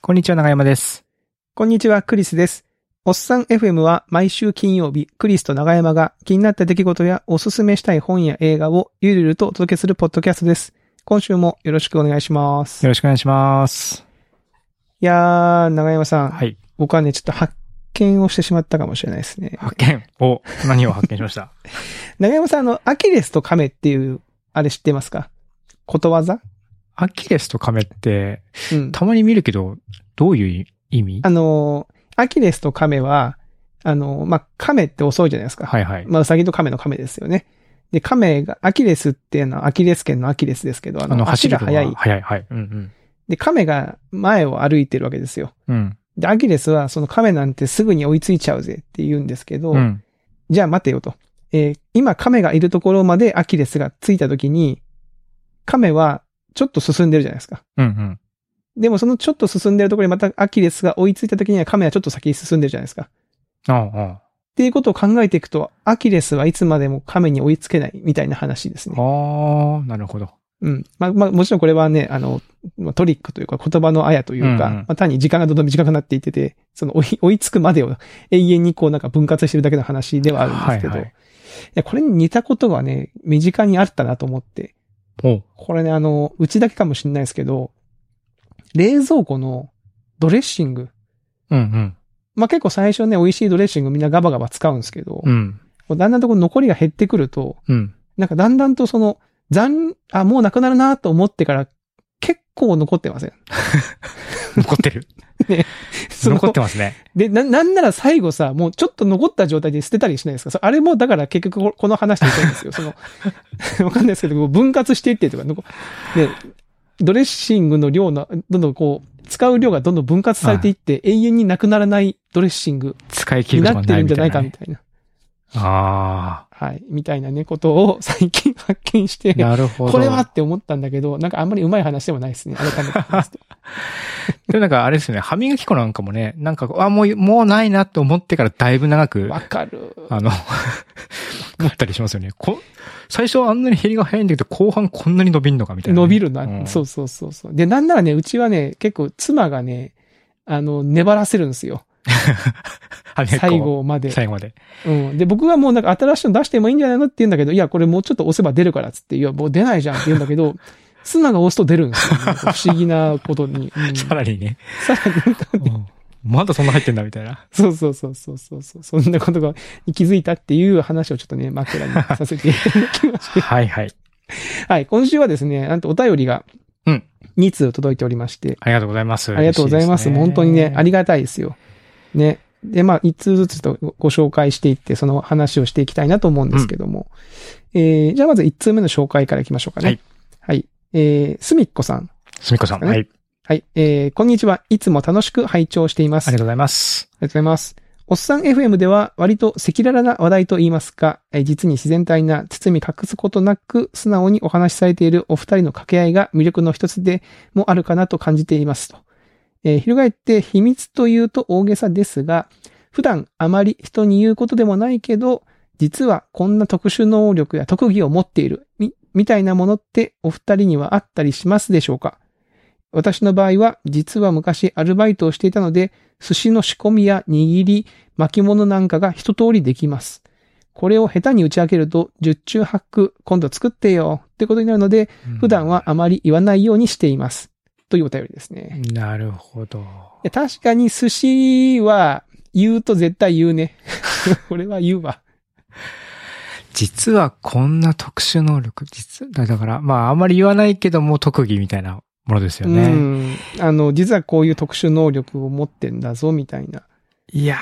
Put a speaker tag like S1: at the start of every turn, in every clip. S1: こんにちは、長山です。
S2: こんにちは、クリスです。おっさん FM は毎週金曜日、クリスと長山が気になった出来事やおすすめしたい本や映画をゆるゆるとお届けするポッドキャストです。今週もよろしくお願いします。
S1: よ
S2: い
S1: ろしくお願いします。
S2: やー、長山さん、
S1: はい。
S2: 僕はね、ちょっと発見をしてしまったかもしれないですね。
S1: 発見。お、何を発見しました
S2: 長山さん、あの、アキレスとカメっていう、あれ知ってますかことわざ
S1: アキレスとカメって、
S2: うん。
S1: たまに見るけど、どういう意味
S2: あのー、アキレスとカメは、あのー、まあ、カメって遅いじゃないですか。
S1: はいはい。
S2: まあ、ウサギと亀の亀ですよね。で、亀が、アキレスっていうのはアキレス腱のアキレスですけど、あ
S1: あ
S2: の、足が速い。
S1: 早いはい。うん
S2: で、亀が前を歩いてるわけですよ。
S1: うん。うん。
S2: で、アキレスはその亀なんてすぐに追いついちゃうぜって言うんですけど、
S1: うん。
S2: じゃあ待てよと。えー今亀がいるところまでアキレスが着いた時に、亀はちょっと進んでるじゃないですか。
S1: うんうん。
S2: でもそのちょっと進んでるところにまたアキレスが追いついた時には亀はちょっと先に進んでるじゃないですか。っ
S1: ああ、あ
S2: ていうことを考えていくと、アキレスはいつまでも亀に追いつけないみたいな話ですね
S1: あ。。ああ、なるほど。
S2: うん。まあ、まあ、もちろんこれはね、あの、まあトリックというか言葉のあやというか、
S1: うんうん
S2: まあ、単に時間がどんどん短くなっていってて、その追い追いつくまでを永遠にこうなんか分割してるだけの話ではあるんですけど、
S1: はい
S2: い
S1: はい
S2: やこれに似たことがね、身近にあったなと思って、
S1: お
S2: これね、あの、うちだけかもしれないですけど、冷蔵庫のドレッシング、
S1: うんうん。
S2: まあ、結構最初ね、美味しいドレッシングみんなガバガバ使うんですけど、
S1: うん。
S2: こうだんだんとこう残りが減ってくると、
S1: うん。
S2: なんかだんだんとその、残、あ、もうなくなるなと思ってから、結構残って ません。
S1: 残ってる。
S2: そ の
S1: 残ってますね。
S2: で、な、なんなら最後さ、もうちょっと残った状態で捨てたりしないですかそうあれもだから結局ここの話と一緒なんですよ。その、 わかんないですけど、こう分割していってとか、残で、ドレッシングの量の、どんどんこう、使う量がどんどん分割されていって、永遠になくならないドレッシング
S1: 使い切
S2: に
S1: ると
S2: な
S1: か
S2: って
S1: な
S2: る
S1: い
S2: ん
S1: み
S2: じゃ
S1: た
S2: ない
S1: いな
S2: かみ
S1: ね。
S2: たいな。
S1: あ
S2: はい。みたいなね、ことを最近発見して、
S1: あ、なるほど。
S2: これはって思ったんだけど、なんかあんまりうまい話でもないですね。改 めて話すと。
S1: でもなんかあれですよね、歯磨き粉なんかもね、なんか、あ、もう、もうないなって思ってからだいぶ長く、
S2: わかる。
S1: あの、 持ったりしますよね。こ、最初はあんなに減りが早いんだけど、後半こんなに伸びんのかみたいなね、
S2: 伸びるな、
S1: うん
S2: そうそうそうそう。で、なんならね、うちはね、結構妻がね、あの、粘らせるんですよ。
S1: 歯磨き粉を
S2: 最。後まで。
S1: 最後まで。
S2: うん。で、僕はもうなんか新しいの出してもいいんじゃないのって言うんだけど、いや、これもうちょっと押せば出るからっつって、いや、もう出ないじゃんって言うんだけど、 妻が押すと出るんですよ。なんか不思議なことに。う ん
S1: さらにね。
S2: さらになんか
S1: うん まだそんな入ってんだみたいな。
S2: そうそうそうそうそうそう。そんなことが気づいたっていう話をちょっとね、枕にさせていただきまして。
S1: はいはい。
S2: はい、今週はですね、なんとお便りが、
S1: うん。
S2: 2通届いておりまして、
S1: ありがとうございます。
S2: ありがとうございます。もう本当にね、あ
S1: り
S2: りがたいですよ。ね。で、まあ、1通ずつとごご紹介していって、その話をしていきたいなと思うんですけども。えー、じゃあまず1通目の紹介からいきましょうかね。
S1: はい。
S2: はい。えー、すみっこさん。
S1: すみこさん。
S2: ね
S1: はい。あり
S2: はい。えー、こんにちは。いつも楽しく拝聴しています
S1: がと。うございます。
S2: ありがとうございます。おっさん FM では割と赤裸々な話題と言いますか、えー実に自然体な、包み隠すことなく素直にお話しされているお二人の掛け合いが魅力の一つでもあるかなと感じていますと。えー翻って秘密というと大げさですが、普段あまり人に言うことでもないけど、実はこんな特殊能力や特技を持っている、み、みたいなものってお二人にはあったりしますでしょうか私の場合は、実は昔アルバイトをしていたので、寿司の仕込みや握り、巻物なんかが一通りできます。これを下手に打ち明けると、十中八九、今度作ってよ、ってことになるので、普段はあまり言わないようにしています。というお便りです
S1: う
S2: ね。
S1: ん。なるほど。
S2: いや確かに寿司は言うと絶対言うね。 これは言うわ。
S1: 実はこんな特殊能力、実、だだから、まああんまり言わないけども特技みたいなものですよね。
S2: うん。あの、実はこういう特殊能力を持ってんだぞ、みたいな。
S1: いやー、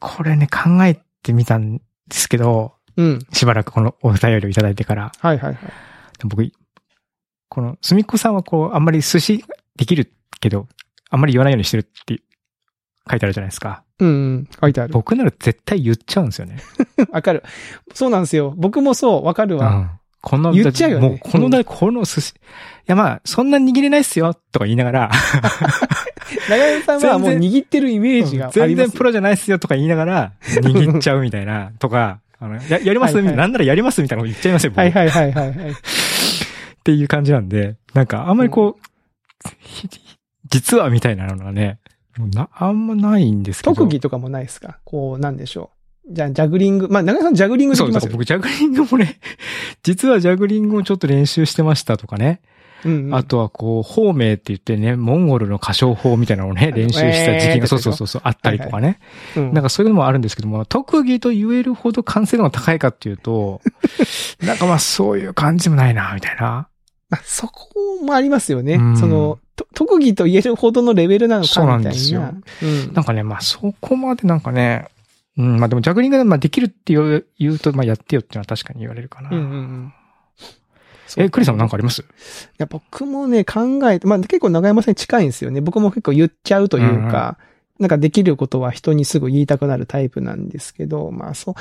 S1: これね、考えてみたんですけど、
S2: うん。
S1: しばらくこのお便りをいただいてから、
S2: はいはいはい。
S1: でも僕、この、すみっこさんはこう、あんまり寿司できるけど、あんまり言わないようにしてるって書いてあるじゃないですか。
S2: うんうん。書いてある。
S1: 僕なら絶対言っちゃうんですよね。
S2: わかる。そうなんですよ。僕もそう、わかる
S1: う
S2: わ。
S1: ん。この、
S2: 言っちゃうよね
S1: もう、この台、この寿司、いやまあ、そんな握れないっすよ、とか言いながら、
S2: 長山さんはもう
S1: 全
S2: 握ってるイメージがあります。
S1: 全然プロじゃないっすよとか言いなが ら、握っちゃうみたいな、とか、あの、や、やります
S2: はいはい
S1: なんならやりますみたいなこと言っちゃいますよ、僕
S2: はいは いはいはいはい。
S1: っていう感じなんで、なんかあんまりこう、ひ実はみたいなのがね、もうな、あんまないんですけど。
S2: 特技とかもないですかこう、なんでしょう。じゃあ、ジャグリング。まあ、長谷さんジャグリングで
S1: そう
S2: き
S1: な
S2: ま
S1: ん
S2: す
S1: か
S2: よ。
S1: 僕、ジャグリングもね、 実はジャグリングもちょっと練習してましたとかね。
S2: うんうん
S1: あとはこう、方名って言ってね、モンゴルの歌唱法みたいなのをね、練習した時
S2: えー
S1: 期
S2: って
S1: が、
S2: こと
S1: そう
S2: でし
S1: そ
S2: ょ
S1: うそうそう、あったりとかね。
S2: うん
S1: なんかそういうのもあるんですけども、特技と言えるほど完成度が高いかっていう と、なんかまあそういう感じもないな、みたいな。
S2: まあ、そこもありますよね。
S1: うん
S2: その、と特技と言えるほどのレベルなのか
S1: そう
S2: み
S1: な
S2: たい
S1: ん
S2: な。
S1: ですよ
S2: うん
S1: なんかね、まあそこまでなんかね、うん、まあでもジャグリングでまあできるって言う言うと、まあやってよっていうのは確かに言われるかな。
S2: うんうんうん。
S1: え、クリさんもなん
S2: か
S1: かあります
S2: いや、僕もね、考えて、まあ結構長山さんに近いんですよね。僕も結構言っちゃうというか、なんかできることは人にすぐ言いたくなるタイプなんですけど、まあそう、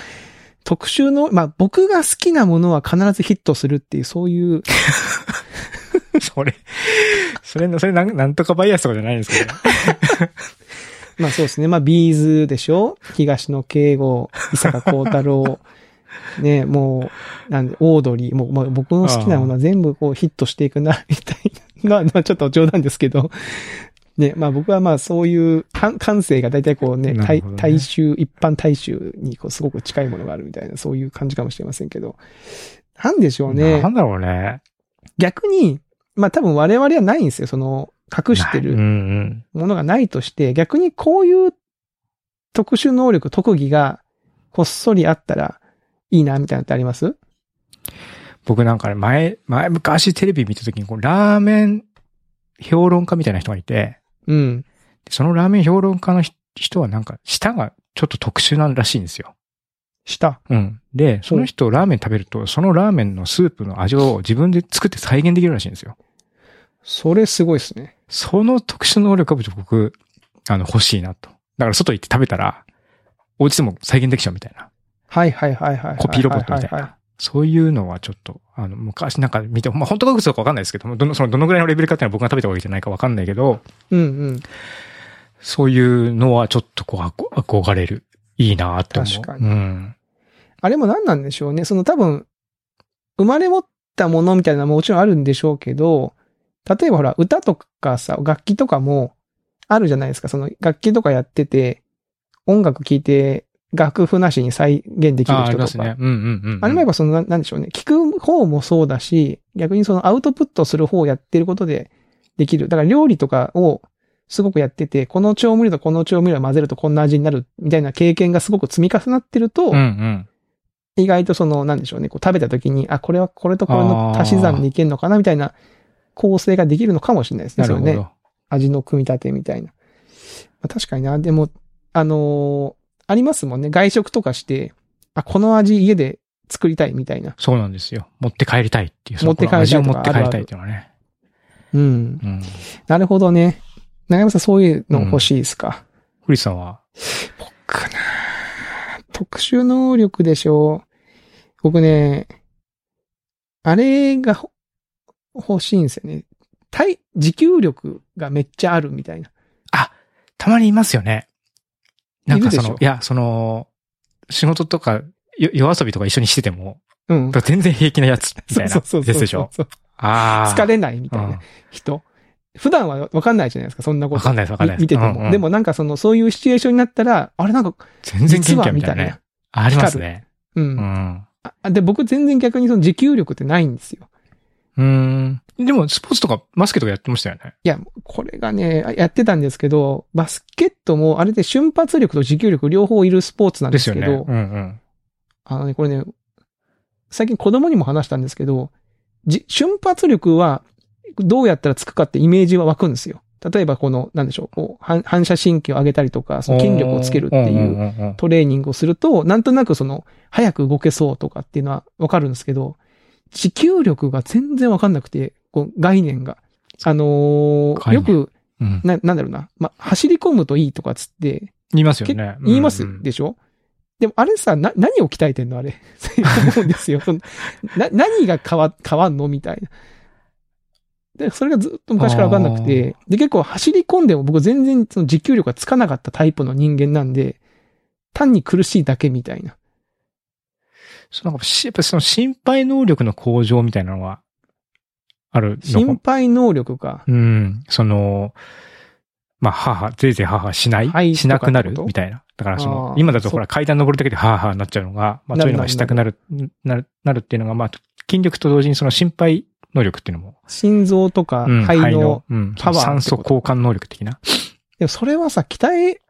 S2: 特集の、まあ僕が好きなものは必ずヒットするっていう、そういう、
S1: それ、それ、それなんなんとかバイアスとかじゃないんですけど。
S2: まあそうですね、まあビーズでしょ東野敬吾、伊坂幸 太郎、ね、もう、なんで、オードリー、もう、もう僕の好きなものは全部こうヒットしていくな、みたいな、ま あ、まあちょっと冗談ですけど、ね、まあ僕はまあそういう感感性が大体こうね、
S1: なる
S2: 大
S1: ほどね
S2: 大衆、一般大衆にこうすごく近いものがあるみたいな、そういう感じかもしれませんけど、なんでしょうね
S1: な。んだろうね。
S2: 逆に、まあ多分我々はないんですよ、その、隠してる
S1: うんうん。
S2: ものがないとして、逆にこういう特殊能力、特技がこっそりあったらいいな、みたいなのってあります
S1: 僕なんかね前、前昔テレビ見た時にこう、ラーメン評論家みたいな人がいて、
S2: うん。
S1: でそのラーメン評論家のひ人はなんか舌がちょっと特殊なんらしいんですよ。
S2: した。
S1: うん。で、その人ラーメン食べると、そのラーメンのスープの味を自分で作って再現できるらしいんですよ。
S2: それすごいですね。
S1: その特殊能力は僕、あの、欲しいなと。だから外行って食べたら、お家でも再現できちゃうみたいな。
S2: はいはいはいはいはいはいはいはい。
S1: コピーロボットみたいな。そういうのはちょっと、あの、昔なんか見て、まあ、本当か嘘かわかんないですけど、どの、その、どのぐらいのレベルかっていうのは僕が食べたわけじゃないかわかんないけど、
S2: うんうん。
S1: そういうのはちょっとこうあこ、憧れる。いいなって思う。
S2: 確かに
S1: うん。
S2: あれも何なんでしょうね。その多分、生まれ持ったものみたいなのももちろんあるんでしょうけど、例えばほら、歌とかさ、楽器とかもあるじゃないですか。その楽器とかやってて、音楽聴いて、楽譜なしに再現できる人と
S1: あ
S2: か。
S1: あ、ありますね。うんうんうんうん。
S2: あれもやっぱその、ななんでしょうね。聞く方もそうだし、逆にそのアウトプットする方をやってることでできる。だから料理とかをすごくやってて、この調味料とこの調味料を混ぜるとこんな味になるみたいな経験がすごく積み重なってると、
S1: うんうん。
S2: 意外とその、なんでしょうね。こう食べた時に、あ、これはこれとこれの足し算でいけるのかなみたいな構成ができるのかもしれないです
S1: な
S2: ね。
S1: るほ
S2: それね
S1: ど。
S2: 味の組み立てみたいな。まあ、確かにな。でも、あのーありますもんね。外食とかして、あ、この味家で作りたいみたいな。
S1: そうなんですよ。持って帰りたいっていう。
S2: 持って帰りたい
S1: その
S2: と
S1: 味を持
S2: か
S1: って帰りたいっていうのはね。
S2: うん。
S1: うん。
S2: なるほどね。長山さん、そういうの欲しいですか、
S1: 古市さんは、
S2: 僕なぁ特殊能力でしょう。僕ね、あれがほ欲しいんですよね。体、持久力がめっちゃあるみたいな。
S1: たまにいますよね。なんかそ
S2: いる
S1: の、
S2: でし
S1: い
S2: ょ
S1: や、その、仕事とか、よ夜遊びとか一緒にしてても、
S2: うん。
S1: 全然平気なやつ、み
S2: そ
S1: た
S2: う
S1: い
S2: そ
S1: な
S2: うそう。。
S1: ですでしょ。
S2: そう
S1: ああ。
S2: 疲れないみた
S1: う
S2: い
S1: ん
S2: な人。普段はわかんないじゃないですか、そんなこ
S1: わ
S2: と。
S1: かんないです、わかんないです。
S2: み見てても、
S1: うんうん
S2: で、もなんかその、そういうシチュエーションになったら、あれなんか、
S1: 全然元
S2: 実
S1: 気
S2: は
S1: や
S2: み
S1: み
S2: た
S1: たい
S2: いな。
S1: なね。ありますね。
S2: うん、
S1: うん。
S2: あで、僕全然逆にその持久力ってないんですよ。
S1: うん。でも、スポーツとか、バスケとかやってましたよね。
S2: いや、これがね、やってたんですけど、バスケットも、あれで瞬発力と持久力両方いるスポーツなん
S1: で
S2: ですす
S1: よ
S2: け
S1: ね。
S2: ど、
S1: うんうん。
S2: あのね、これね、最近子供にも話したんですけど、じ瞬発力は、どうやったらつくかってイメージは湧くんですよ。例えばこの、なんでしょう、こう反反射神経を上げたりとか、その筋力をつけるってい
S1: ん
S2: う
S1: ん
S2: ん
S1: うん
S2: トレーニングをすると、なんとなくその、早く動けそうとかっていうのはわかるんですけど、持久力が全然わかんなくて、こう概念が。あのー
S1: 概
S2: よ
S1: 念
S2: く、
S1: うん。
S2: な、なんだろうな。ま、走り込むといいとかっつって、
S1: 言いますよ
S2: け
S1: ね。
S2: 言います
S1: うんうん
S2: でしょ、でもあれさ、な、何を鍛えてんのあれ。そう思うんですよ。そのな、何が変わ、変わんのみたいな。で、それがずっと昔からわかんなくて、で、結構走り込んでも僕全然その持久力がつかなかったタイプの人間なんで、単に苦しいだけみたいな。
S1: そのなんかしやっぱりその心配能力の向上みたいなのは、あるのか
S2: 心配能力か。
S1: うん。その、まあ、母、ぜいぜい母しない、
S2: はい
S1: しなくなる
S2: とかってこと
S1: みたいな。だからそ
S2: あ
S1: の、
S2: ー
S1: 今だとほら階段登るだけで母になっちゃうのが、まあ、そ
S2: な
S1: う
S2: る
S1: いうのがしたくなる、なる、なるっていうのが、まあ、筋力と同時にその心配能力っていうのも、
S2: 心臓とか
S1: うん
S2: 肺の、、
S1: うん、
S2: パワーってこと
S1: 酸素交換能力的な。
S2: でもそれはさ、鍛え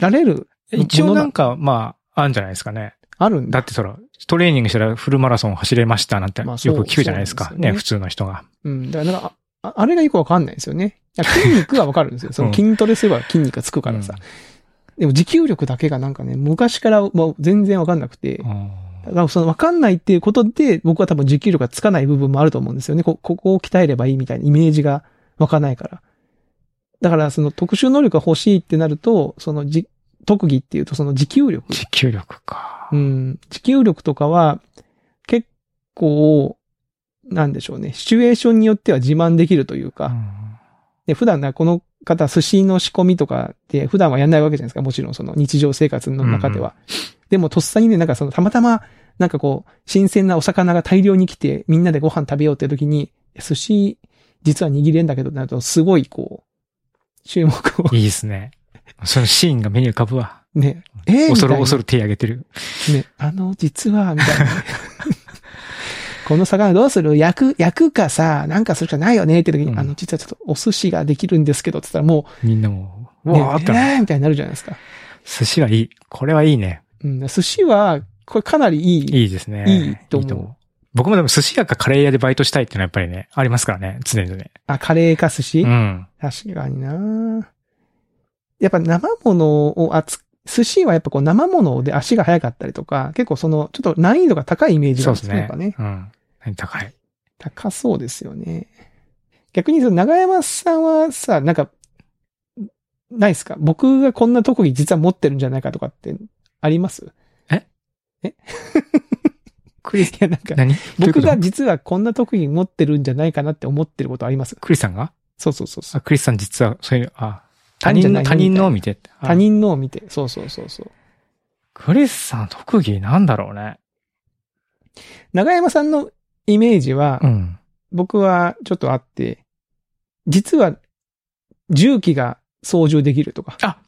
S2: られる、
S1: 一応なん
S2: か、
S1: か、まあ、あるんじゃないですかね。
S2: あるん
S1: だ
S2: だ。
S1: ってそら、トレーニングしたらフルマラソン走れましたなんてよ
S2: ま
S1: く
S2: あそう
S1: 聞くじゃないですか。
S2: そうなんです
S1: ね
S2: よね
S1: 普通の人が。
S2: うん。だからなんか、ああれがよくわかんないですよね。いや筋肉はわかるん ですよ。その筋トレすれば筋肉がつくからさ。でも持久力だけがなんかね、昔からもう全然わかんなくて
S1: う。ん
S2: だからそのわかんないっていうことで、僕は多分持久力がつかない部分もあると思うんですよね。こ、ここを鍛えればいいみたいなイメージがわかないから。だからその特殊能力が欲しいってなると、そのじ、特技っていうとその持久力。
S1: 持久力か
S2: う。ん。持久力とかは、結構、なんでしょうね。シチュエーションによっては自慢できるというか、
S1: うん
S2: で、普段な、この方、寿司の仕込みとかって、普段はやんないわけじゃないですか。もちろん、その日常生活の中では。でも、とっさにね、なんかその、たまたま、なんかこう、新鮮なお魚が大量に来て、みんなでご飯食べようって時に、いや寿司、実は握れんだけど、なると、すごい、こう、注目を
S1: いいですね。そのシーンが目に浮かぶわ。
S2: ね、えー、
S1: 恐る
S2: みた
S1: 恐
S2: い
S1: る手上げてる。
S2: なね、あの、実は、みた いな。この魚どうする焼く、焼くかさ、なんかするしかないよねって時に、
S1: うん
S2: あの、実はちょっとお寿司ができるんですけど、つったらも
S1: みんなもう、
S2: う、
S1: う
S2: ね、
S1: わーってなる、
S2: えーみたいになるじゃないですか。
S1: 寿司はいい。これはいいね。
S2: うん、寿司は、これかなりいい。
S1: いいですね。
S2: いいと思う
S1: 僕もでも寿司屋かカレー屋でバイトしたいっていうのはやっぱりね、ありますからね、常々。
S2: あ、カレーか寿司、
S1: うん。
S2: 確かになやっぱ生物を扱寿司はやっぱこう生物で足が速かったりとか、結構その、ちょっと難易度が高いイメージ
S1: そ
S2: が
S1: う
S2: あ
S1: で
S2: る
S1: す
S2: んや
S1: ね
S2: っ。ぱね。
S1: うん。高い。
S2: 高そうですよね。逆にその長山さんはさ、なんか、ないですか僕がこんな特技実は持ってるんじゃないかとかってあります
S1: クリス
S2: い、やなんか、
S1: 何どう
S2: 僕
S1: いう
S2: が
S1: こと
S2: 実はこんな特技持ってるんじゃないかなって思ってることあります
S1: クリスさんが
S2: そうそうそうそう
S1: あ、。クリスさん実は、そういう、あ、他
S2: じゃ
S1: 人
S2: な
S1: の、
S2: い
S1: 他人のを見て。あ
S2: 他人のを見て。そうそうそうそう。
S1: クリスさん特技なんだろうね。
S2: 長山さんのイメージは、
S1: うん。
S2: 僕はちょっとあって、実は、重機が操縦できるとか。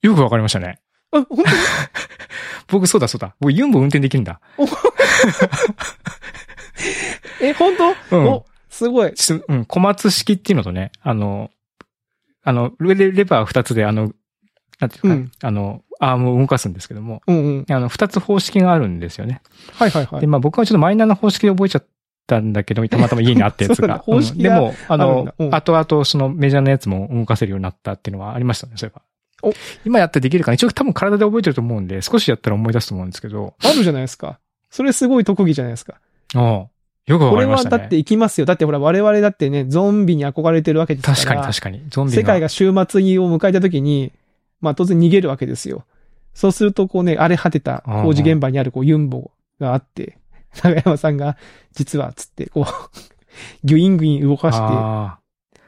S1: よくわかりましたね。
S2: あ、本当に
S1: 僕そうだそうだ。僕ユンボ運転できるんだ。
S2: え、本当、
S1: うん。
S2: お、すごい。
S1: ちょっとうん、小松式っていうのとね、あの、あの、レレバー二つで、あの、なんていうか、
S2: うん
S1: あの、アームを動かすんですけども、
S2: うんうん。
S1: あの、二つ方式があるんですよね。
S2: はいはいはい
S1: で、。まあ僕はちょっとマイナーな方式で覚えちゃったんだけ ど、たまたま家にあったやつ
S2: そうな
S1: が。
S2: んだ方式
S1: で
S2: が
S1: も、あ
S2: あるん
S1: の
S2: だ、うん
S1: 後々そのメジャーなやつも動かせるようになったっていうのはありましたね、そういえば。
S2: お
S1: 今やってできるかな一応多分体で覚えてると思うんで、少しやったら思い出すと思うんですけど、
S2: あるじゃないですか。それすごい特技じゃないですか。
S1: おうよくわ
S2: こ
S1: か
S2: れ
S1: りま
S2: は
S1: したね。
S2: だっていきますよ。だってほら、我々だってね、ゾンビに憧れてるわけですから。
S1: 確かに確かに。ゾンビが。
S2: 世界が終末を迎えた時に、まあ当然逃げるわけですよ。そうするとこうね、荒れ果てた工事現場にあるこうユンボがあって、 長山さんが、実は、つって、こう、 ギュインギュイン動かして、
S1: あー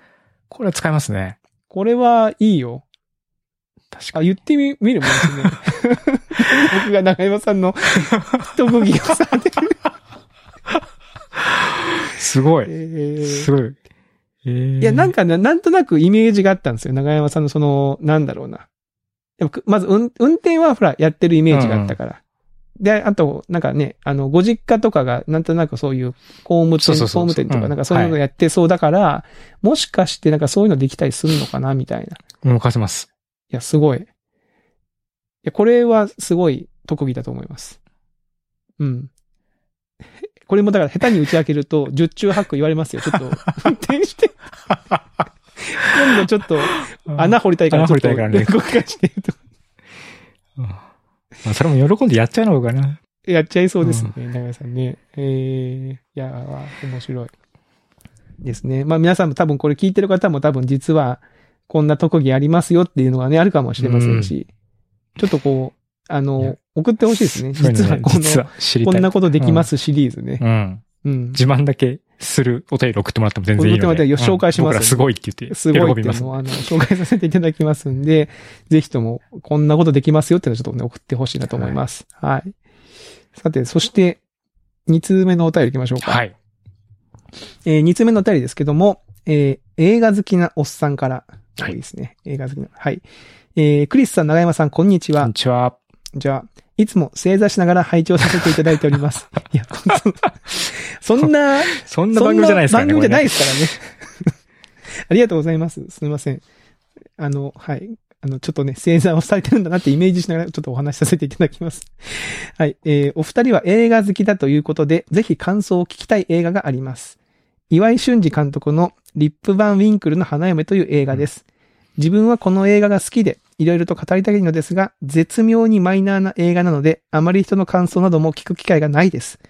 S1: これは使えますね。
S2: これはいいよ。
S1: 確か
S2: あ、
S1: に。
S2: 言ってみ、見るも んですね。僕が長山さんの 特技をさ、
S1: すご
S2: え
S1: い。す
S2: ー
S1: ごい。えー
S2: いや、なんかね、なんとなくイメージがあったんですよ。長山さんのその、なんだろうな。やっぱまず、運運転はほら、やってるイメージがあったから。で、あと、なんかね、あの、ご実家とかが、なんとなくそういう、工務
S1: そ
S2: 店、
S1: うそう
S2: 工
S1: そう
S2: 務店と
S1: う
S2: か、
S1: ん
S2: なんかそういうの
S1: は
S2: やってそうだから、もしかしてなんかそういうのできたりするのかな、みたいな。い
S1: 動かせます。
S2: や、すごい。いや、これはすごい特技だと思います。うん。 これもだから下手に打ち明けると、十中八九言われますよ。ち ょっと、運転して。今度ちょっと、穴掘りたいから、
S1: 穴掘りたいからね
S2: ちょっと動かしてとか
S1: うん。まあ、それも喜んでやっちゃうのかな。
S2: やっちゃいそうですね、長谷さんね。えー、いやー、面白い。ですね。まあ皆さんも多分これ聞いてる方も多分実は、こんな特技ありますよっていうのがね、あるかもしれませんし、ちょっとこう、あ
S1: い
S2: の
S1: や、
S2: 送ってほしいですね。
S1: そういう
S2: 実
S1: の
S2: は
S1: ね
S2: こ
S1: 実
S2: の、
S1: は知り
S2: こ
S1: たい。
S2: んなことできますシリーズね。
S1: うん。
S2: うん。
S1: 自慢だけするお便り送ってもらっても全然いい
S2: 送
S1: の
S2: って
S1: で。
S2: もらっても紹介しま
S1: うん
S2: す
S1: 僕らすごいって言って。
S2: すごいって
S1: 喜
S2: い
S1: びま
S2: う
S1: す。
S2: のを、あの、紹介させていただきますんで、 ぜひとも、こんなことできますよっていうのをちょっとね、送ってほしいなと思います。はい。さて、そして、2通目のお便り行きましょうか。
S1: はい。
S2: えー、2通目のお便りですけども、えー映画好きなおっさんから多
S1: はい
S2: いですね。映画好きな。はい。えー、クリスさん、長山さん、こんにち
S1: こん
S2: は
S1: に。ちは。
S2: じゃあ、いつも正座しながら拝聴させていただいてお ります。いや、こんなそんな、
S1: そんな番組じゃないですからね。
S2: そんな番組じゃない
S1: こ
S2: ですからね。 ありがとうございます。すみません。あの、はい。あの、ちょっとね、正座をされてるんだなってイメージしながらちょっとお話しさせていただきます。はい。えー、お二人は映画好きだということで、ぜひ感想を聞きたい映画があります。岩井俊二監督のリップバン・ウィンクルの花嫁という映画です。自分はこの映画が好きで、いろいろと語りたいのですが、絶妙にマイナーな映画なので、あまり人の感想なども聞く機会がないです。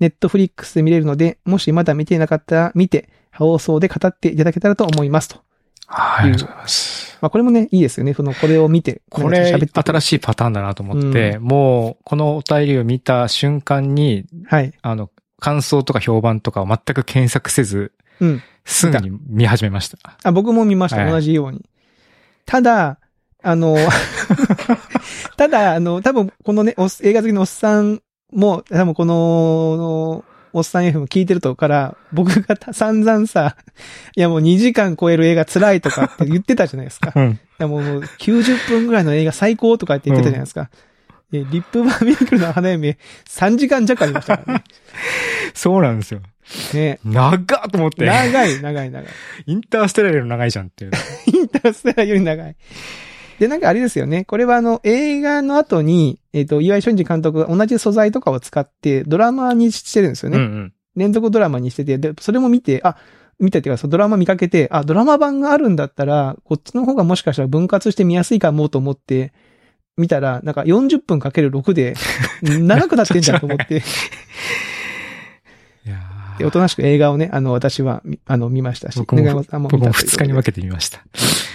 S2: ネットフリックスで見れるので、もしまだ見ていなかったら見て、放送で語っていただけたらと思いますと。
S1: はい、ありがとうございます。
S2: まあこれもね、いいですよね。その、これを見て、
S1: これ、
S2: なんか喋って
S1: 新しいパターンだなと思って、もう、このお便りを見た瞬間に、
S2: はい。
S1: あの、感想とか評判とかを全く検索せず、
S2: うん。
S1: すぐに見始めました。
S2: あ、僕も見ました。
S1: はい
S2: 同じように。ただ、あの、 ただ、あの、多分このね、おっ映画好きのおっさんも、多分この、おっさん F も聞いてるとから、僕がた散々さ、いやもう2時間超える映画辛いとかって言ってたじゃないですか。
S1: うん。
S2: いやもうもう90分ぐらいの映画最高とかって言ってたじゃないですか。えリップバーミンクルの花嫁3時間弱ありましたからね。
S1: そうなんですよ。
S2: ね
S1: 長っと思って。
S2: 長い、長い、長い。
S1: インターステラーより長いじゃんっていう。
S2: インターステラーより長い。で、なんかあれですよね。これはあの、映画の後に、えっ、と、岩井俊二監督が同じ素材とかを使って、ドラマにしてるんですよ
S1: うんう
S2: ね。
S1: ん。
S2: 連続ドラマにしてて、で、それも見て、あ、見たっていうか、そのドラマ見かけて、あ、ドラマ版があるんだったら、こっちの方がもしかしたら分割して見やすいかもと思って、見たら、なんか40分かける6で、 長くなってんじゃんと思って、
S1: いや
S2: でお
S1: ー
S2: となしく映画をね、あの、私はみ、あの、見ましたし、
S1: 僕も
S2: 長山さん
S1: 僕も2日に分
S2: け
S1: けてみました。
S2: て。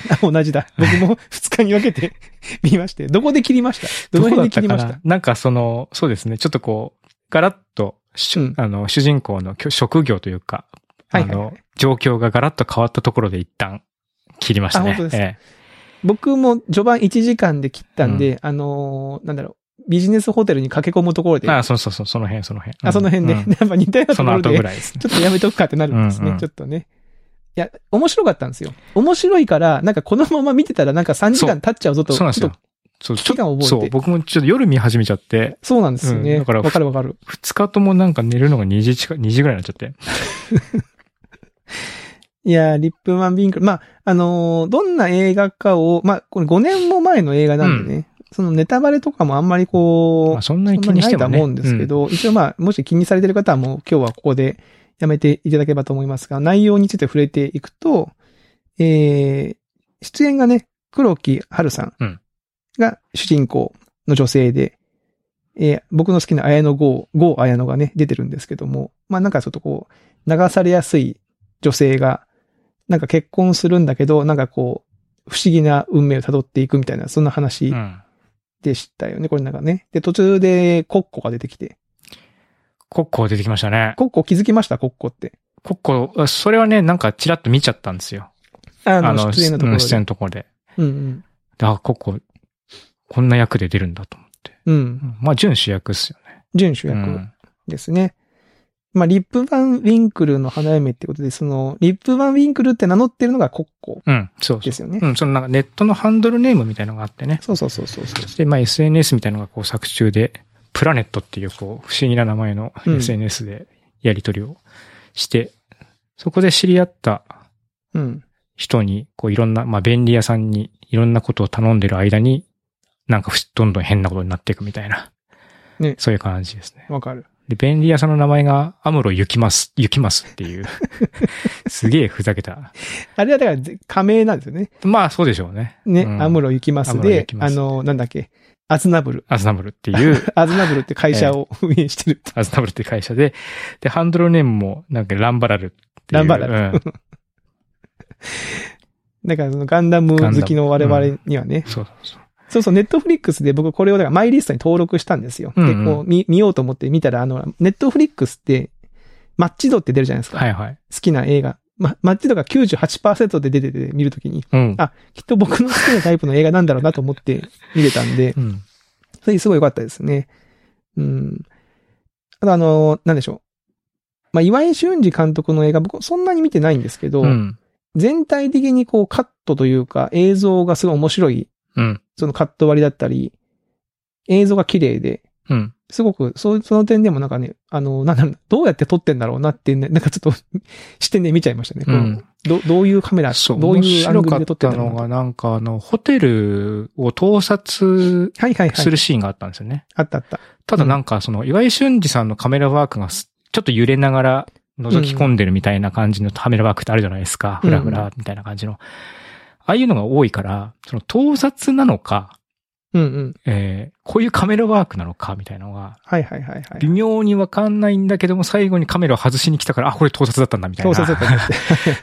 S2: あ同じだ。僕も2日に分けて 見まして、どこで切りましたどの辺で切りまし
S1: どうだっ
S2: た
S1: たかななんかその、そうですね、ちょっとこう、ガラッと、しゅ
S2: うん
S1: あの、主人公のきょ職業というか、
S2: はい
S1: あ
S2: はいはい
S1: の、状況がガラッと変わったところで一旦切りましたね。
S2: あ本当ですか
S1: え
S2: 僕も序盤1時間で切ったんで、あのーなんだろう、ビジネスホテルに駆け込むところ
S1: え
S2: で、
S1: あ、そうそうそう、その辺、その辺。
S2: あ、その辺で、
S1: うん
S2: やっぱ似たような
S1: そ
S2: と
S1: の
S2: ころ
S1: 後
S2: で
S1: ぐ、らい ですね。
S2: ちょっとやめとくかってなるんですね、
S1: うんうん
S2: ちょっとね。いや、面白かったんですよ。面白いから、なんかこのまま見てたらなんか3時間経っちゃうぞと。
S1: そうなんですよ
S2: ちょっと。
S1: そう、
S2: 危機感を覚えて
S1: そう、僕もちょっと夜見始めちゃって、
S2: そうなんですよね。
S1: うんだ
S2: わ、
S1: から
S2: かるわかる。
S1: 二日ともなんか寝るのが2時近い、2時ぐらいになっちゃって。
S2: いやー、リップマン・ビンクル。まあ、あのーどんな映画かを、まあ、これ5年も前の映画なんでね、そのネタバレとかもあんまりこ
S1: まあ、
S2: う、
S1: そんなに
S2: そ
S1: 気
S2: んな
S1: に
S2: に
S1: し
S2: な
S1: て
S2: い
S1: も、
S2: と
S1: ね。
S2: 思うんですけ
S1: うん、
S2: ど、一応まあ、もし気にされてる方はもう今日はここでやめていただければと思いますが、内容について触れていくと、えー、出演がね、黒木春さ
S1: うんん
S2: が主人公の女性で、えー僕の好きな綾野剛、剛綾野がね、出てるんですけども、まあなんかちょっとこう、流されやすい女性が、なんか結婚するんだけど、なんかこう、不思議な運命を辿っていくみたいな、そんな話
S1: うん。
S2: でしたよね、これなんかね。で、途中でコッコが出てきて。
S1: コッコ出てきましたね。
S2: コッコ気づきました、コッコって。
S1: コッコ、それはね、なんかチラッと見ちゃったんですよ。
S2: あ
S1: あ
S2: の、出演のと
S1: う
S2: ころ
S1: ん出演
S2: で。
S1: のところで。
S2: うん
S1: であ、ここ、こんな役で出るんだと思って。
S2: うん。う。
S1: うんんまあ、準主役っすよね。
S2: 準主役
S1: うん
S2: ですね。まあ、リップ・バン・ウィンクルの花嫁ってことで、その、リップ・バン・ウィンクルって名乗ってるのがコッコ
S1: うん、そうそ
S2: で
S1: う。
S2: すよね。
S1: うん、そのなんかネットのハンドルネームみたいのがあってね。
S2: そうそうそうそうそう。
S1: で、まあ SNS みたいのがこう作中で、プラネットっていうこう不思議な名前の
S2: うん
S1: SNS でやり取りをして、そこで知り合った
S2: うん。
S1: 人に、こういろんな、まあ便利屋さんにいろんなことを頼んでる間に、なんかふしどんどん変なことになっていくみたいな。
S2: ね
S1: そういう感じですね。
S2: わかる。
S1: で、便利屋さんの名前がアムロユキマス、ユキマスって いう。すげえふざけた。
S2: あれはだからぜ、仮名なんですよね。
S1: まあそうでしょうね。
S2: ね、
S1: うん
S2: アムロ・ユキマス
S1: アムロ
S2: で
S1: ユキ、マ
S2: あ
S1: ス
S2: の、なんだっけ、アズナブル。
S1: アズナブルって いう、
S2: アズナブルって会社を運営してる。
S1: アズナブルっていう会社で、で、ハンドルネームもなんかランバラルっていう。
S2: ランバラル
S1: うん
S2: だから、そのガンダム好きの我々にはね、
S1: そうそうそう。
S2: そうそう、ネットフリックスで僕これをだからマイリストに登録したんですよ。
S1: うんうん
S2: で、こう見見ようと思って見たら、あの、ネットフリックスって、マッチ度って出るじゃないですか。
S1: はいはい。
S2: 好きな映画。ま、マッチ度が98%で出てて見るときに、
S1: うん。
S2: あ、きっと僕の好きなタイプの映画なんだろうなと思って 見れたんで、
S1: うん。
S2: それすごい良かったですね。うん。あとあの、なんでしょう。まあ、岩井俊二監督の映画、僕そんなに見てないんですけど、
S1: うん。
S2: 全体的にこうカットというか映像がすごい面白い、
S1: うん。
S2: そのカット割りだったり、映像が綺麗で、
S1: うん。
S2: すごく、そう、その点でもなんかね、あの、なんだろう、どうやって撮ってんだろうなってね、なんかちょっと 視点で見ちゃいましたね。こう
S1: うん
S2: どどういうカメラ、
S1: そう、
S2: どう
S1: 面
S2: いうアン
S1: 白
S2: グ
S1: か
S2: ルで撮
S1: っ
S2: って
S1: た
S2: んだろう
S1: の
S2: な。
S1: が、なんかあの、ホテルを盗撮
S2: はいはいは
S1: す
S2: い。
S1: るシーンがあったんですよね。
S2: あったあった。
S1: ただなんかその、岩井俊二さんのカメラワークがすちょっと揺れながら覗き込んでるみたいな感じのカメラワークってあるじゃないですか。
S2: うん
S1: ふらふらみたいな感じの。ああいうのが多いから、その盗撮なのか、
S2: うんうん。
S1: えーこういうカメラワークなのかみたいなのが、
S2: はいはいはいは
S1: 微
S2: い。
S1: 妙にわかんないんだけども、最後にカメラを外しに来たから、あ、これ盗撮だったんだみたいな。
S2: 盗撮だったんだっ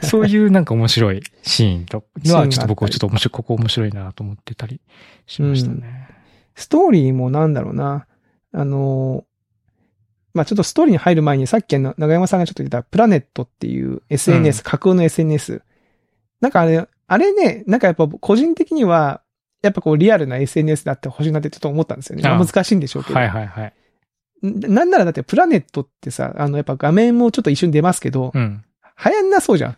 S2: て
S1: そういうなんか面白いシーンとのは、ちょっと僕は
S2: シ
S1: ち
S2: ー
S1: ょ
S2: ン
S1: っと面白い、ここ面白いなと思ってたりしましたね。
S2: ストーリーもなんだろうな。あのー、まあ、ちょっとストーリーに入る前にさっきの長山さんがちょっと言ったプラネットっていう SNS、架空の SNS。なんかあれ、あれね、なんかやっぱ個人的には、やっぱこうリアルな SNS だってほしいなってちょっと思ったんですよね。
S1: ああ
S2: 難しいんでしょうけど。
S1: はいはいはい。
S2: ななんならだってプラネットってさ、あのやっぱ画面もちょっと一瞬出ますけど、
S1: うん。
S2: 流行んなそうじゃん。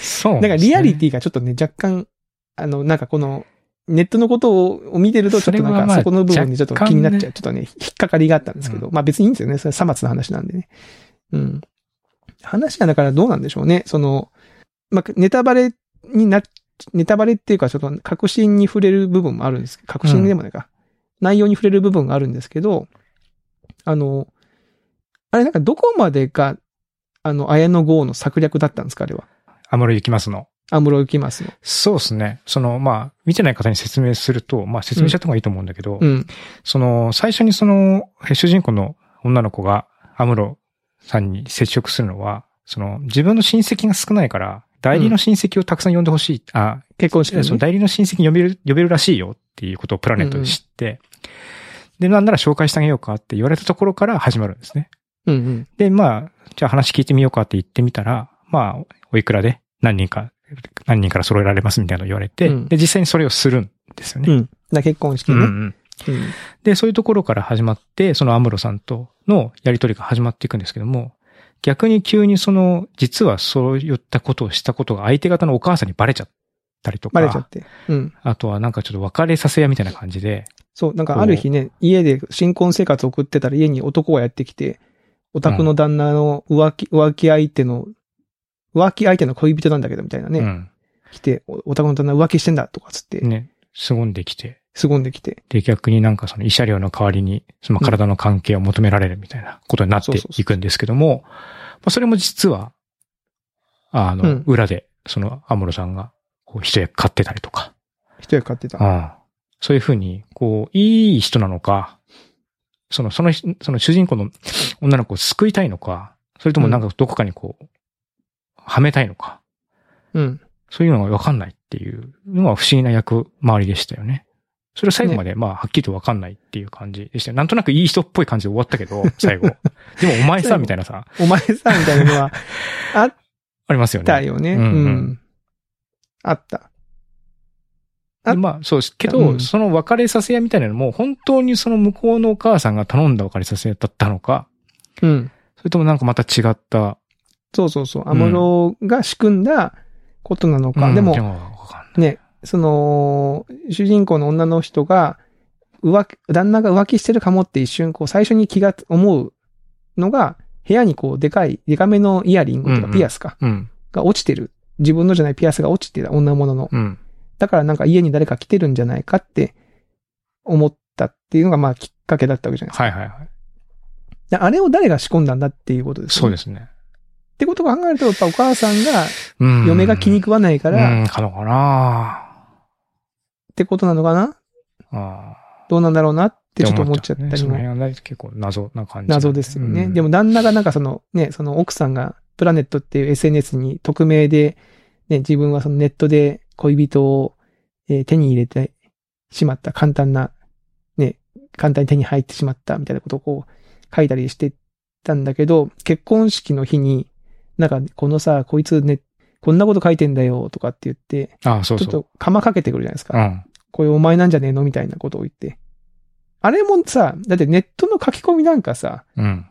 S1: そう、
S2: なんかリアリ
S1: ィ
S2: ティがちょっとね、若干、あの、なんかこの、ネットのことをを見てると、ちょっと
S1: それ
S2: な
S1: は
S2: ん
S1: ま
S2: か
S1: あ
S2: そこの部分にちょっと気になっち
S1: 若干
S2: ゃう。ちょっとね、引っかかりがあったんですけど、まあ別にいいんですよね。それはさまつの話なんでね。うん。話はだからどうなんでしょうね。その、まあネタバレにな、ネタバレっていうかちょっと確信に触れる部分もあるんですけど、確信でもないか。内容に触れる部分があるんですけど、あの、あれなんかどこまでが、あの、綾野剛の策略だったんですかあれは。
S1: アムロ行きますの。
S2: アムロイキマスの。
S1: そうですね。その、まあ、見てない方に説明すると、まあ、説明しちゃった方がいいと思うんだけど、
S2: うん。
S1: その、最初にその、え主人公の女の子がアムロさんに接触するのは、その、自分の親戚が少ないから、代理の親戚をたくさん呼んでほしい、あ、
S2: 結婚式
S1: その
S2: ね。
S1: 代理の親戚に呼べる、呼べるらしいよっていうことをプラネットで知って、で、なんなら紹介してあげようかって言われたところから始まるんですね。
S2: うんうん。
S1: で、まあ、じゃあ話聞いてみようかって言ってみたら、まあ、おいくらで何人か、何人から揃えられますみたいなのを言われて、
S2: うん
S1: で、実際にそれをするんですよ
S2: う
S1: ね。
S2: ん。だ結婚式
S1: うんう
S2: ね。
S1: ん
S2: うん。
S1: で、そういうところから始まって、そのアムロさんとのやりとりが始まっていくんですけども、逆に急にその、実はそういったことをしたことが相手方のお母さんにバレちゃったりと
S2: バレちゃっ
S1: か、
S2: て。うん。
S1: あとはなんかちょっと別れさせやみたいな感じで、
S2: そう、なんかある日ね、家で新婚生活送ってたら家に男がやってきて、お宅の旦那の浮気、浮気相手の、浮気相手の恋人なんだけどみたいなね、
S1: うん。
S2: 来て、おお宅の旦那浮気してんだとかつって、
S1: ね、凄んできて、
S2: 凄んできて。
S1: で、逆になんかその慰謝料の代わりに、その体の関係を求められるみたいなことになって
S2: そうそうそう
S1: いくんですけども、まあそれも実は、あ
S2: う
S1: の
S2: ん、
S1: 裏で、そのアムロさんが、こう、一役買ってたりとか、
S2: 一役買って
S1: う
S2: た。
S1: んそういうふうに、こう、いい人なのか、その、その、その主人公の女の子を救いたいのか、それともなんかどこかにこう、はめたいのか、
S2: うん。
S1: そういうのがわかんないっていうのは不思議な役回りでしたよね。それは最後まで、まあ、はっきりとわかんないっていう感じでしたよ。なんとなくいい人っぽい感じで終わったけど、最 後。でも、お前
S2: 最後
S1: さ、みたいなさ、
S2: お前さ、みたいなのは、あっ
S1: ありますよ
S2: た
S1: ね。
S2: よ ね。
S1: うんうん
S2: うん。あった。あ
S1: でまあ、そうですけ
S2: うん
S1: ど、その別れさせ屋みたいなのも、本当にその向こうのお母さんが頼んだ別れさせ屋だったのか、
S2: うん。
S1: それともなんかまた違った。
S2: そうそうそう。
S1: ん
S2: アムロが仕組んだことなのか。
S1: うん
S2: でも
S1: わ、かんない
S2: ね、その、主人公の女の人が、浮気、旦那が浮気してるかもって一瞬、こう、最初に気が思うのが、部屋にこう、でかい、でかめのイヤリングと
S1: うん
S2: か
S1: うん
S2: ピアスか、
S1: うん、
S2: が落ちてる。自分のじゃないピアスが落ちてた、女物の。
S1: うん、
S2: だからなんか家に誰か来てるんじゃないかって思ったっていうのが、まあ、きっかけだったわけじゃないですか。
S1: はいはいはい。
S2: であれを誰が仕込んだんだっていうことです、。
S1: そうですすね。
S2: ってことを考えると、やっぱお母さんが、
S1: うん
S2: 嫁が気に
S1: く
S2: 食わないか、
S1: から
S2: っ
S1: うん、かのかな
S2: てことなのかな
S1: ああ。
S2: どうなんだろうなっ
S1: って
S2: ちょっと思っちゃった
S1: ね
S2: り
S1: その
S2: も。
S1: 辺はね結構謎な感じ。
S2: 謎ですよね。
S1: うん
S2: でも、旦那がなんかそのね、その奥さんがプラネットっていう SNS に匿名で、ね、自分はそのネットで恋人を、えー手に入れてしまった簡単な、ね、簡単に手に入ってしまったみたいなことをこう書いたりしてたんだけど、結婚式の日に、なんかこのさ、こいつね、こんなこと書いてんだよとかって言って、
S1: ああ、そう
S2: ち
S1: そ
S2: ょ
S1: う。
S2: っと釜かけてくるじゃないですか
S1: う。ん。
S2: これお前なんじゃねえのみたいなことを言って。あれもさ、だってネットの書き込みなんかさ、
S1: うん。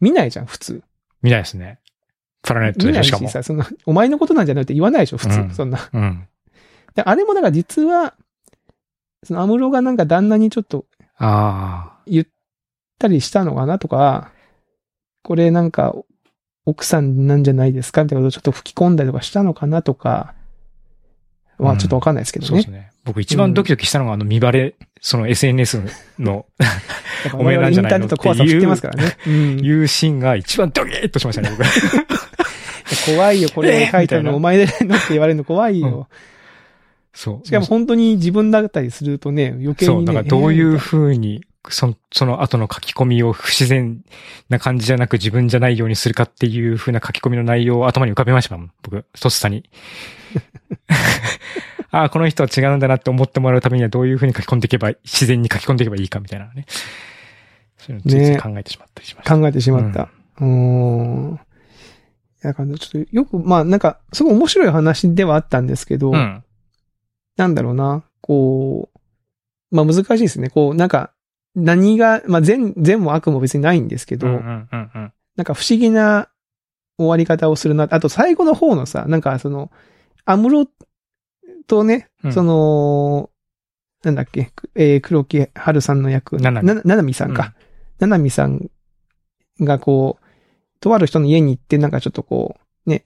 S2: 見ないじゃん、普通。
S1: みたいですね。プラネット
S2: 見
S1: でしょ、
S2: ない
S1: しかも
S2: し。さ、そんな、お前のことなんじゃないって言わないでしょ、普通。
S1: うん
S2: そんな。
S1: うん。
S2: で、あれもだから実は、そのアムロがなんか旦那にちょっと
S1: あ
S2: 言ったりしたのかなとか、これなんか、奥さんなんじゃないですかみたいなことをちょっと吹き込んだりとかしたのかなとか、
S1: う
S2: は
S1: ん
S2: ちょっとわかんないですけ
S1: あ、
S2: ど
S1: そうです
S2: ね。
S1: ね。僕一番ドキドキしたのが、あの、見バレ、その SNS の、
S2: だから
S1: おめえなんじゃないの
S2: 我々インターネット怖さを知ってますからね。うん いや
S1: いうシーンが一番ドキッとしましたね、僕。
S2: 怖いよ、これを書いた
S1: えーみたい
S2: の
S1: な
S2: お前じゃないのって言われるの怖いよ。
S1: そう。
S2: しかも本当に自分だったりするとね、余計
S1: そう、
S2: に
S1: だ
S2: ね。
S1: からどうい
S2: えー
S1: う風に、その、その後の書き込みを不自然な感じじゃなく自分じゃないようにするかっていう風な書き込みの内容を頭に浮かべましたもん、僕、とっさ に。ああ、この人は違うんだなって思ってもらうためにはどういう風に書き込んでいけば、自然に書き込んでいけばいいかみたいなね。そういうのをついつい
S2: ね
S1: 考えてしまったりしました。
S2: 考えてしまった。うーん。だからちょっとよく、まあなんか、すごい面白い話ではあったんですけど、
S1: うん。
S2: なんだろうな、こう、まあ難しいですね。こう、なんか、何が、まあ善、善も悪も別にないんですけど、
S1: うんうんうんうん。
S2: なんか不思議な終わり方をするな。あと最後の方のさ、なんかその、アムロとね、
S1: うん
S2: その、なんだっけ、くえー黒木春さんの役、
S1: ななみ
S2: なななみさんか。ななみさんがこう、とある人の家に行って、なんかちょっとこう、ね、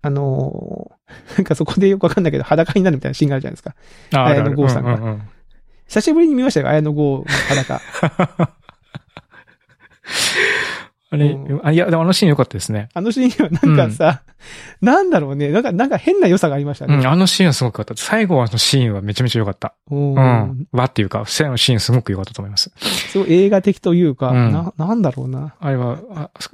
S2: あのー なんかそこでよくわかんないけど裸になるみたいなシーンがあるじゃないですか。
S1: ああ、あるあ
S2: 綾
S1: る
S2: 野剛さんが
S1: うううん
S2: 久しぶりに見ましたよ、綾野剛の 裸。
S1: あれ、
S2: う
S1: あいや、でもあのシーン良かったですね。
S2: あのシーンはなんかさ、なんだろうね、なんか、なんか変な良さがありました
S1: うん、
S2: ね。
S1: あのシーンはすごく良かった。最後はあのシーンはめちゃめちゃ良かった。
S2: う
S1: うん。わっていうか、線のシーンすごく良かったと思います。
S2: すごい映画的というか、
S1: うん
S2: な、なんだろうな。
S1: あれは、あす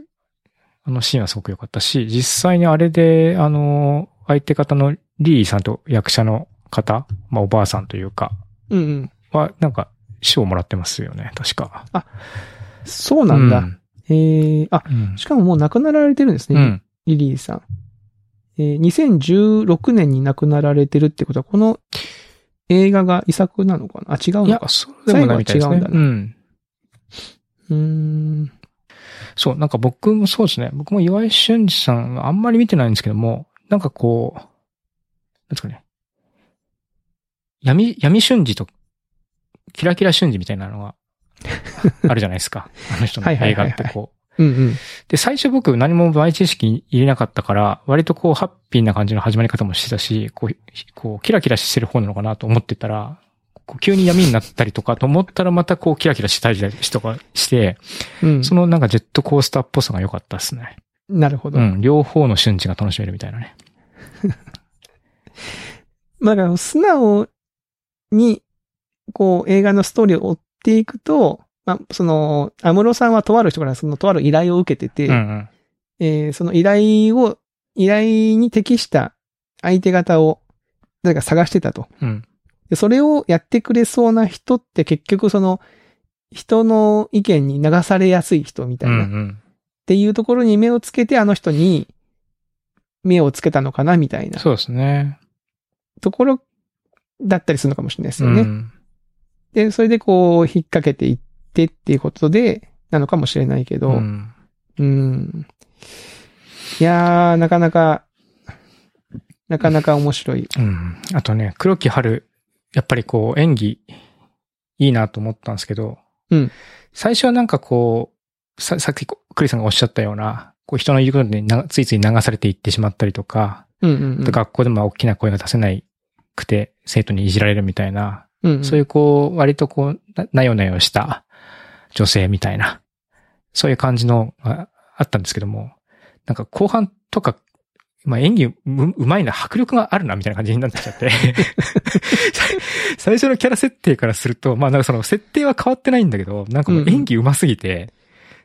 S1: あのシーンはすごく良かったし、実際にあれで、あの、相手方のリーさんと役者の方、まあおばあさんというか、
S2: うんうん。
S1: は、なんか、賞をもらってますよね、確か。
S2: そうなんだ。えー、あ、
S1: うん。うん。
S2: しかももう亡くなられてるんです
S1: う
S2: ね、
S1: ん。
S2: リリーさん。えー、2016年に亡くなられてるってことは、この映画が遺作なのかなあ、違
S1: い
S2: うの
S1: や
S2: か。、
S1: そうでもないみたいですね。
S2: 最後は違うんだね
S1: うん。
S2: うーん。
S1: そう、なんか僕もそうですね。僕も岩井俊二さん、あんまり見てないんですけども、なんかこう、なんですかね。闇、闇俊二と、キラキラ俊二みたいなの が、あるじゃないですか。あの人の
S2: はいはい
S1: 映
S2: は
S1: 画
S2: いはい
S1: ってこう。
S2: うんうん。
S1: で、最初僕何も前知識入れなかったから、割とこう、ハッピーな感じの始まり方もしてたし、こう、ひこうキラキラしてる方なのかなと思ってたら、こう急に闇になったりとかと思ったらまたこうキラキラしたりとかして、
S2: うん。
S1: そのなんかジェットコースターっぽさが良かったですね。
S2: なるほど。
S1: うん、両方の瞬時が楽しめるみたいなね。
S2: まあ、だから素直に、こう、映画のストーリーを追っていくと、まあ、その、安室さんはとある人からそのとある依頼を受けてて、
S1: うん
S2: えーその依頼を、依頼に適した相手方を、誰か探してたと。
S1: うん。うん。
S2: で、それをやってくれそうな人って結局その、人の意見に流されやすい人みた
S1: う
S2: い
S1: ん
S2: な、
S1: う
S2: っ
S1: ん。
S2: ていうところに目をつけてあの人に目をつけたのかなみたいな
S1: そうですね。
S2: ところだったりするのかもしれないです
S1: う
S2: よね。
S1: ん。
S2: で、それでこう引っ掛けていってっていうことで、なのかもしれないけど、
S1: うん
S2: うん。いやー、なかなか、なかなか面白い。
S1: うん。あとね、黒木春、やっぱりこう演技いいなと思ったんですけど、
S2: うん。
S1: 最初はなんかこう、ささっきこうクリスさんがおっしゃったような、こう人の言うことになついつい流されていってしまったりとか、
S2: うんうん、うん。
S1: あと学校でも大きな声が出せないくて生徒にいじられるみたいな、
S2: うんうん、
S1: そういうこう、割とこう、ななよなよした女性みたいな、そういう感じのがあったんですけども、なんか後半とか、まあ演技ううまいな、迫力があるな、みたいな感じになってきちゃって。 最初のキャラ設定からすると、まあなんかその設定は変わってないんだけど、なんかもう演技うますぎて、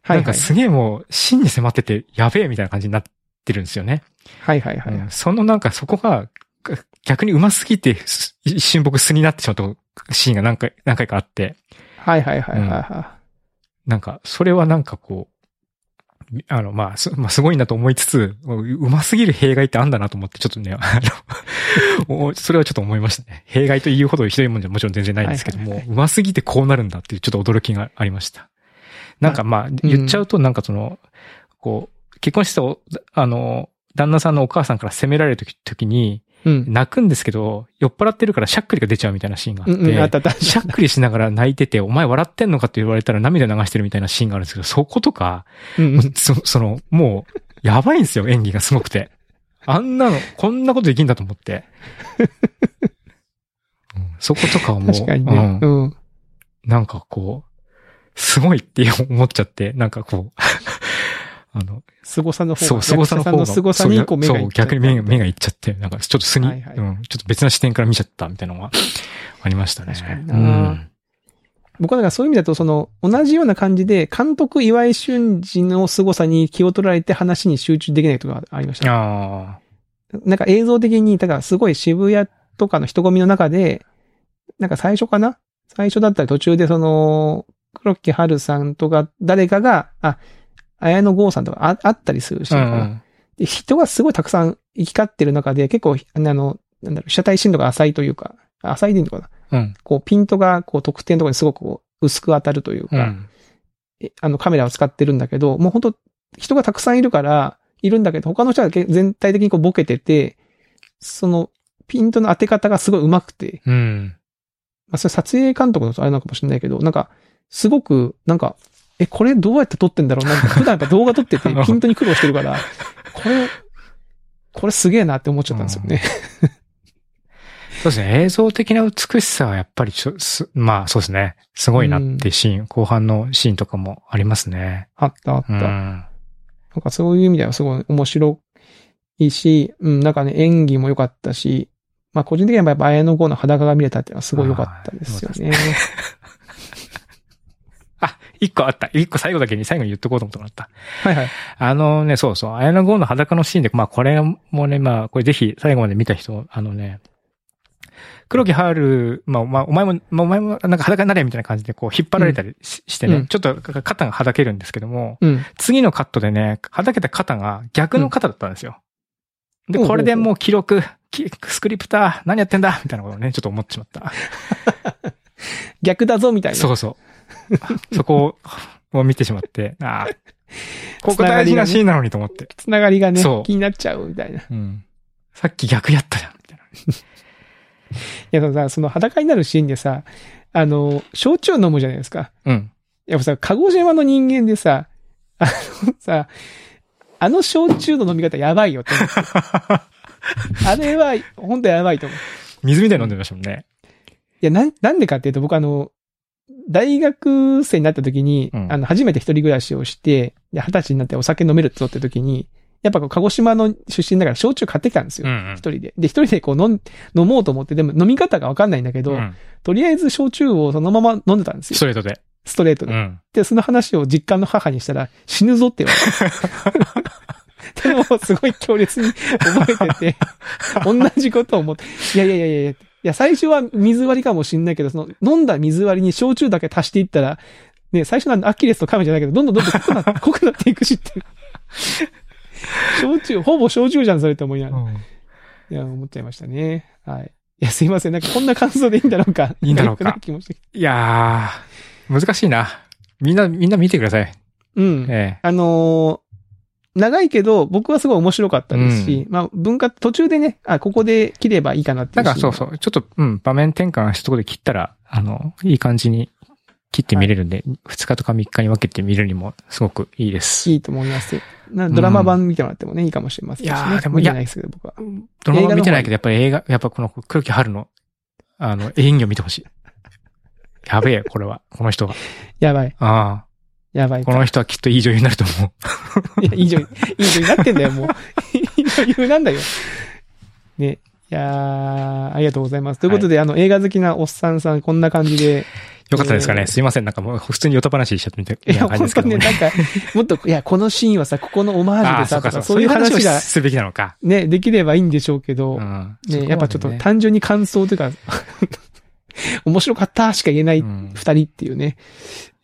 S2: は
S1: な
S2: い
S1: ん
S2: は
S1: か
S2: い。
S1: すげえもう真に迫っててやべえみたいな感じになってるんですよね。
S2: はいはいはい。
S1: うんそのなんかそこがが逆にうますぎてす一瞬僕素になってしまったシーンが何回、何回かあって、
S2: はいはいはいはいは
S1: なんかそれはなんかこう、あの、まあ、す、まあ、すごいなと思いつつ、ううますぎる弊害ってあんだなと思って、ちょっとね、あの、お それはちょっと思いましたね。弊害というほどひどいもんじゃもちろん全然ないんですけども、
S2: はいは
S1: うますぎてこうなるんだっていうちょっと驚きがありました。なんかまあ、
S2: うん
S1: 言っちゃうとなんかその、こう、結婚してたお、あの、旦那さんのお母さんから責められるとき時に、
S2: うん。
S1: 泣くんですけど、酔っ払ってるからしゃっくりが出ちゃうみたいなシーンがあっ
S2: う
S1: て、
S2: んうん、あったあった。
S1: しゃっくりしながら泣いてて、お前笑ってんのかって言われたら涙流してるみたいなシーンがあるんですけど、そことか、
S2: うんうん。
S1: そその、もう、やばいんですよ、演技がすごくて。あんなの、こんなことできんだと思って。 うんそことかはもう、
S2: 確かに
S1: う
S2: ね
S1: ん。
S2: うん。
S1: なんかこう、すごいって思っちゃって、なんかこう、 あの、
S2: 凄さの方が。
S1: そう、凄さの方が。
S2: 役者さんの凄さに、こう、目が
S1: そ、
S2: いうっちゃった
S1: 逆に目が目がいっちゃって、なんかちょっと素に、
S2: はいはい
S1: うん、ちょっと別な視点から見ちゃったみたいなのが ありましたね。
S2: 確かに
S1: う。
S2: なん僕はだからそういう意味だと、その、同じような感じで、監督岩井俊二の凄さに気を取られて話に集中できないことがありました。
S1: ああ、
S2: なんか映像的に、だからすごい渋谷とかの人混みの中で、なんか最初かな最初だったり途中でその、黒木春さんとか誰かが、あ、綾野剛さんとかああったりするし、
S1: うんうん。
S2: で人がすごいたくさん行き交ってる中で、結構、あの、なんだろう、被写体深度が浅いというか、浅いでいいのかな
S1: うん。
S2: こう、ピントが、こう、特定のところにすごくこう薄く当たるという
S1: う
S2: か、
S1: ん。
S2: えあの、カメラを使ってるんだけど、もう本当人がたくさんいるから、いるんだけど、他の人はけ全体的にこうボケてて、その、ピントの当て方がすごい上手くて、
S1: うん。
S2: まあ、それ撮影監督のあれなのかもしれないけど、なんか、すごく、なんか、え、これどうやって撮ってんだろうなんか、普段やっぱ動画 撮ってて、ピントに苦労してるから、これ、これすげえなって思っちゃったんですよね。
S1: そうですね。映像的な美しさはやっぱりちょ、すまあそうですね。すごいなってシーン、後半のシーンとかもありますね。
S2: あったあった。
S1: うん。
S2: な
S1: あ
S2: んかそういう意味ではすごい面白いし、うん、なんかね、演技も良かったし、まあ個人的にはやっぱ綾野剛の裸が見れたっていうのはすごい良かったですよね。
S1: 一個あった。一個最後だけに最後に言っとこうと思ってもらった。
S2: はいはい。
S1: あのね、そうそう、綾野剛の裸のシーンで、まあこれもね、まあこれぜひ最後まで見た人、あのね、黒木春、まあ、まあ、お前も、まあ、お前もなんか裸になれみたいな感じでこう引っ張られたりし,、てね、
S2: うん
S1: ちょっと肩がはだけるんですけども、
S2: うん。
S1: 次のカットでね、はだけた肩が逆の肩だったんですよ。
S2: ほ
S1: で、
S2: うほうほ
S1: こ
S2: う
S1: れでもう記録、きスクリプター、何やってんだみたいなことをね、ちょっと思ってしまった。
S2: 逆だぞみたいな。
S1: そう そう。そこをを見てしまって、ああ、ここ大事なシーンなのにと思って。
S2: つながりがね
S1: そう、
S2: 気になっちゃうみたいな。い
S1: うん。さっき逆やったじゃん、みたいな。
S2: や、でもさ、その裸になるシーンでさ、あの、焼酎飲むじゃないですか。
S1: うん。
S2: やっぱさ、鹿児島の人間でさ、あのさ、あの焼酎の飲み方やばい よって思って。あれは、ほんとやばいと思う。
S1: 水みたいに飲んでましたもんね。
S2: いや、なん、なんでかっていうと、僕あの、大学生になった時に、
S1: うん
S2: あの、初めて一人暮らしをして、で二十歳になってお酒飲めるぞって時に、やっぱこう、鹿児島の出身だから焼酎買ってきたんですよ。
S1: ん
S2: 一人で。で、一人でこう飲ん、飲もうと思って、でも飲み方がわかんないんだけど、
S1: うん
S2: とりあえず焼酎をそのまま飲んでたんです
S1: スト
S2: よ。
S1: レートで。
S2: ストレートで。
S1: ん。
S2: で、その話を実家の母にしたら、死ぬぞって言わ れて。でも、すごい強烈に覚えてて、同じことを思って、いやいやいやいやいや、最初は水割りかもしんないけど、その、飲んだ水割りに焼酎だけ足していったら、ね、最初のアキレスとカメじゃないけど、どんどんどんどん濃く なって、濃くなっていくしって。焼酎、ほぼ焼酎じゃん、それって思いながら。いや、思っちゃいましたね。はい。いや、すいません。なんかこんな感想でいいんだろうか。
S1: いいんだろうか
S2: なん気もしてきた
S1: いやー、難しいな。みんな、みんな見てください。
S2: うん。
S1: ええ。
S2: あのー長いけど、僕はすごい面白かったですし、まあ、文化、途中でね、あ、ここで切ればいいかなってい
S1: な
S2: うんシーン。
S1: かそう
S2: う。
S1: そう、ちょっと、うん、場面転換したところで切ったら、あの、いい感じに切って見れるんで、2日とか3日に分けて見るにもすごくいいです。
S2: いいと思います。なドラマ版見てもらってもね、いいかもしれませんし、ね。
S1: いやーでも
S2: 見てないですけど、僕は。
S1: ドラマは見てない
S2: 映画の方
S1: けど、やっぱり映画、やっぱこの黒木春の、あの、演技を見てほしい。やべえ、これは。この人は。
S2: やばい。
S1: あ
S2: やばい
S1: あ。こ。の人はきっといい女優になると思う。
S2: いや、いい女優、いい女優になってんだよ、もう。 いい女優なんだよ。ね。いやー、ありがとうございます。ということで、あの、映画好きなおっさんさん、こんな感じで、
S1: よかったですかね。
S2: えー
S1: すいません。なんかもう普通にヨタ話しちゃってみたい
S2: いや、
S1: な感じ
S2: 本
S1: ですけど
S2: 当ね、
S1: も。
S2: なんか、もっと、いや、このシーンはさ、ここのオマージュ
S1: あ
S2: で
S1: あ、そ
S2: さ、
S1: うかそう
S2: とか、
S1: か。
S2: そ
S1: そう
S2: うい
S1: いうう話を
S2: 話が、
S1: すべきなのか。
S2: ね、できればいいんでしょうけど、
S1: うん。
S2: ね、やっぱちょ
S1: そ
S2: っと
S1: こはね
S2: 単純に感想というか、 面白かったしか言えない
S1: うん
S2: 二人っていうね。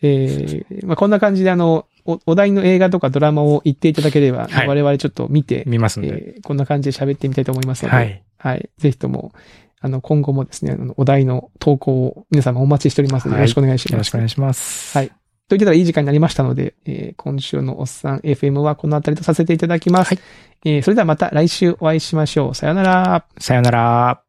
S2: えーまあこんな感じであの、おお題の映画とかドラマを言っていただければ、
S1: はい
S2: 我々ちょっと見て、
S1: 見ますんで。
S2: えーこんな感じで喋ってみたいと思いますので、
S1: は
S2: はい。
S1: い。
S2: ぜひとも、あの、今後もですね、あの、お題の投稿を皆様お待ちしておりますの
S1: はい
S2: で、よろしくお願いします。
S1: よろしくお願いします。
S2: はいといってたらいい時間になりましたので、えー今週のおっさん FM はこのあたりとさせていただきま
S1: は
S2: す。
S1: い
S2: えーそれではまた来週お会いしましょう。さようなら。
S1: さよなら。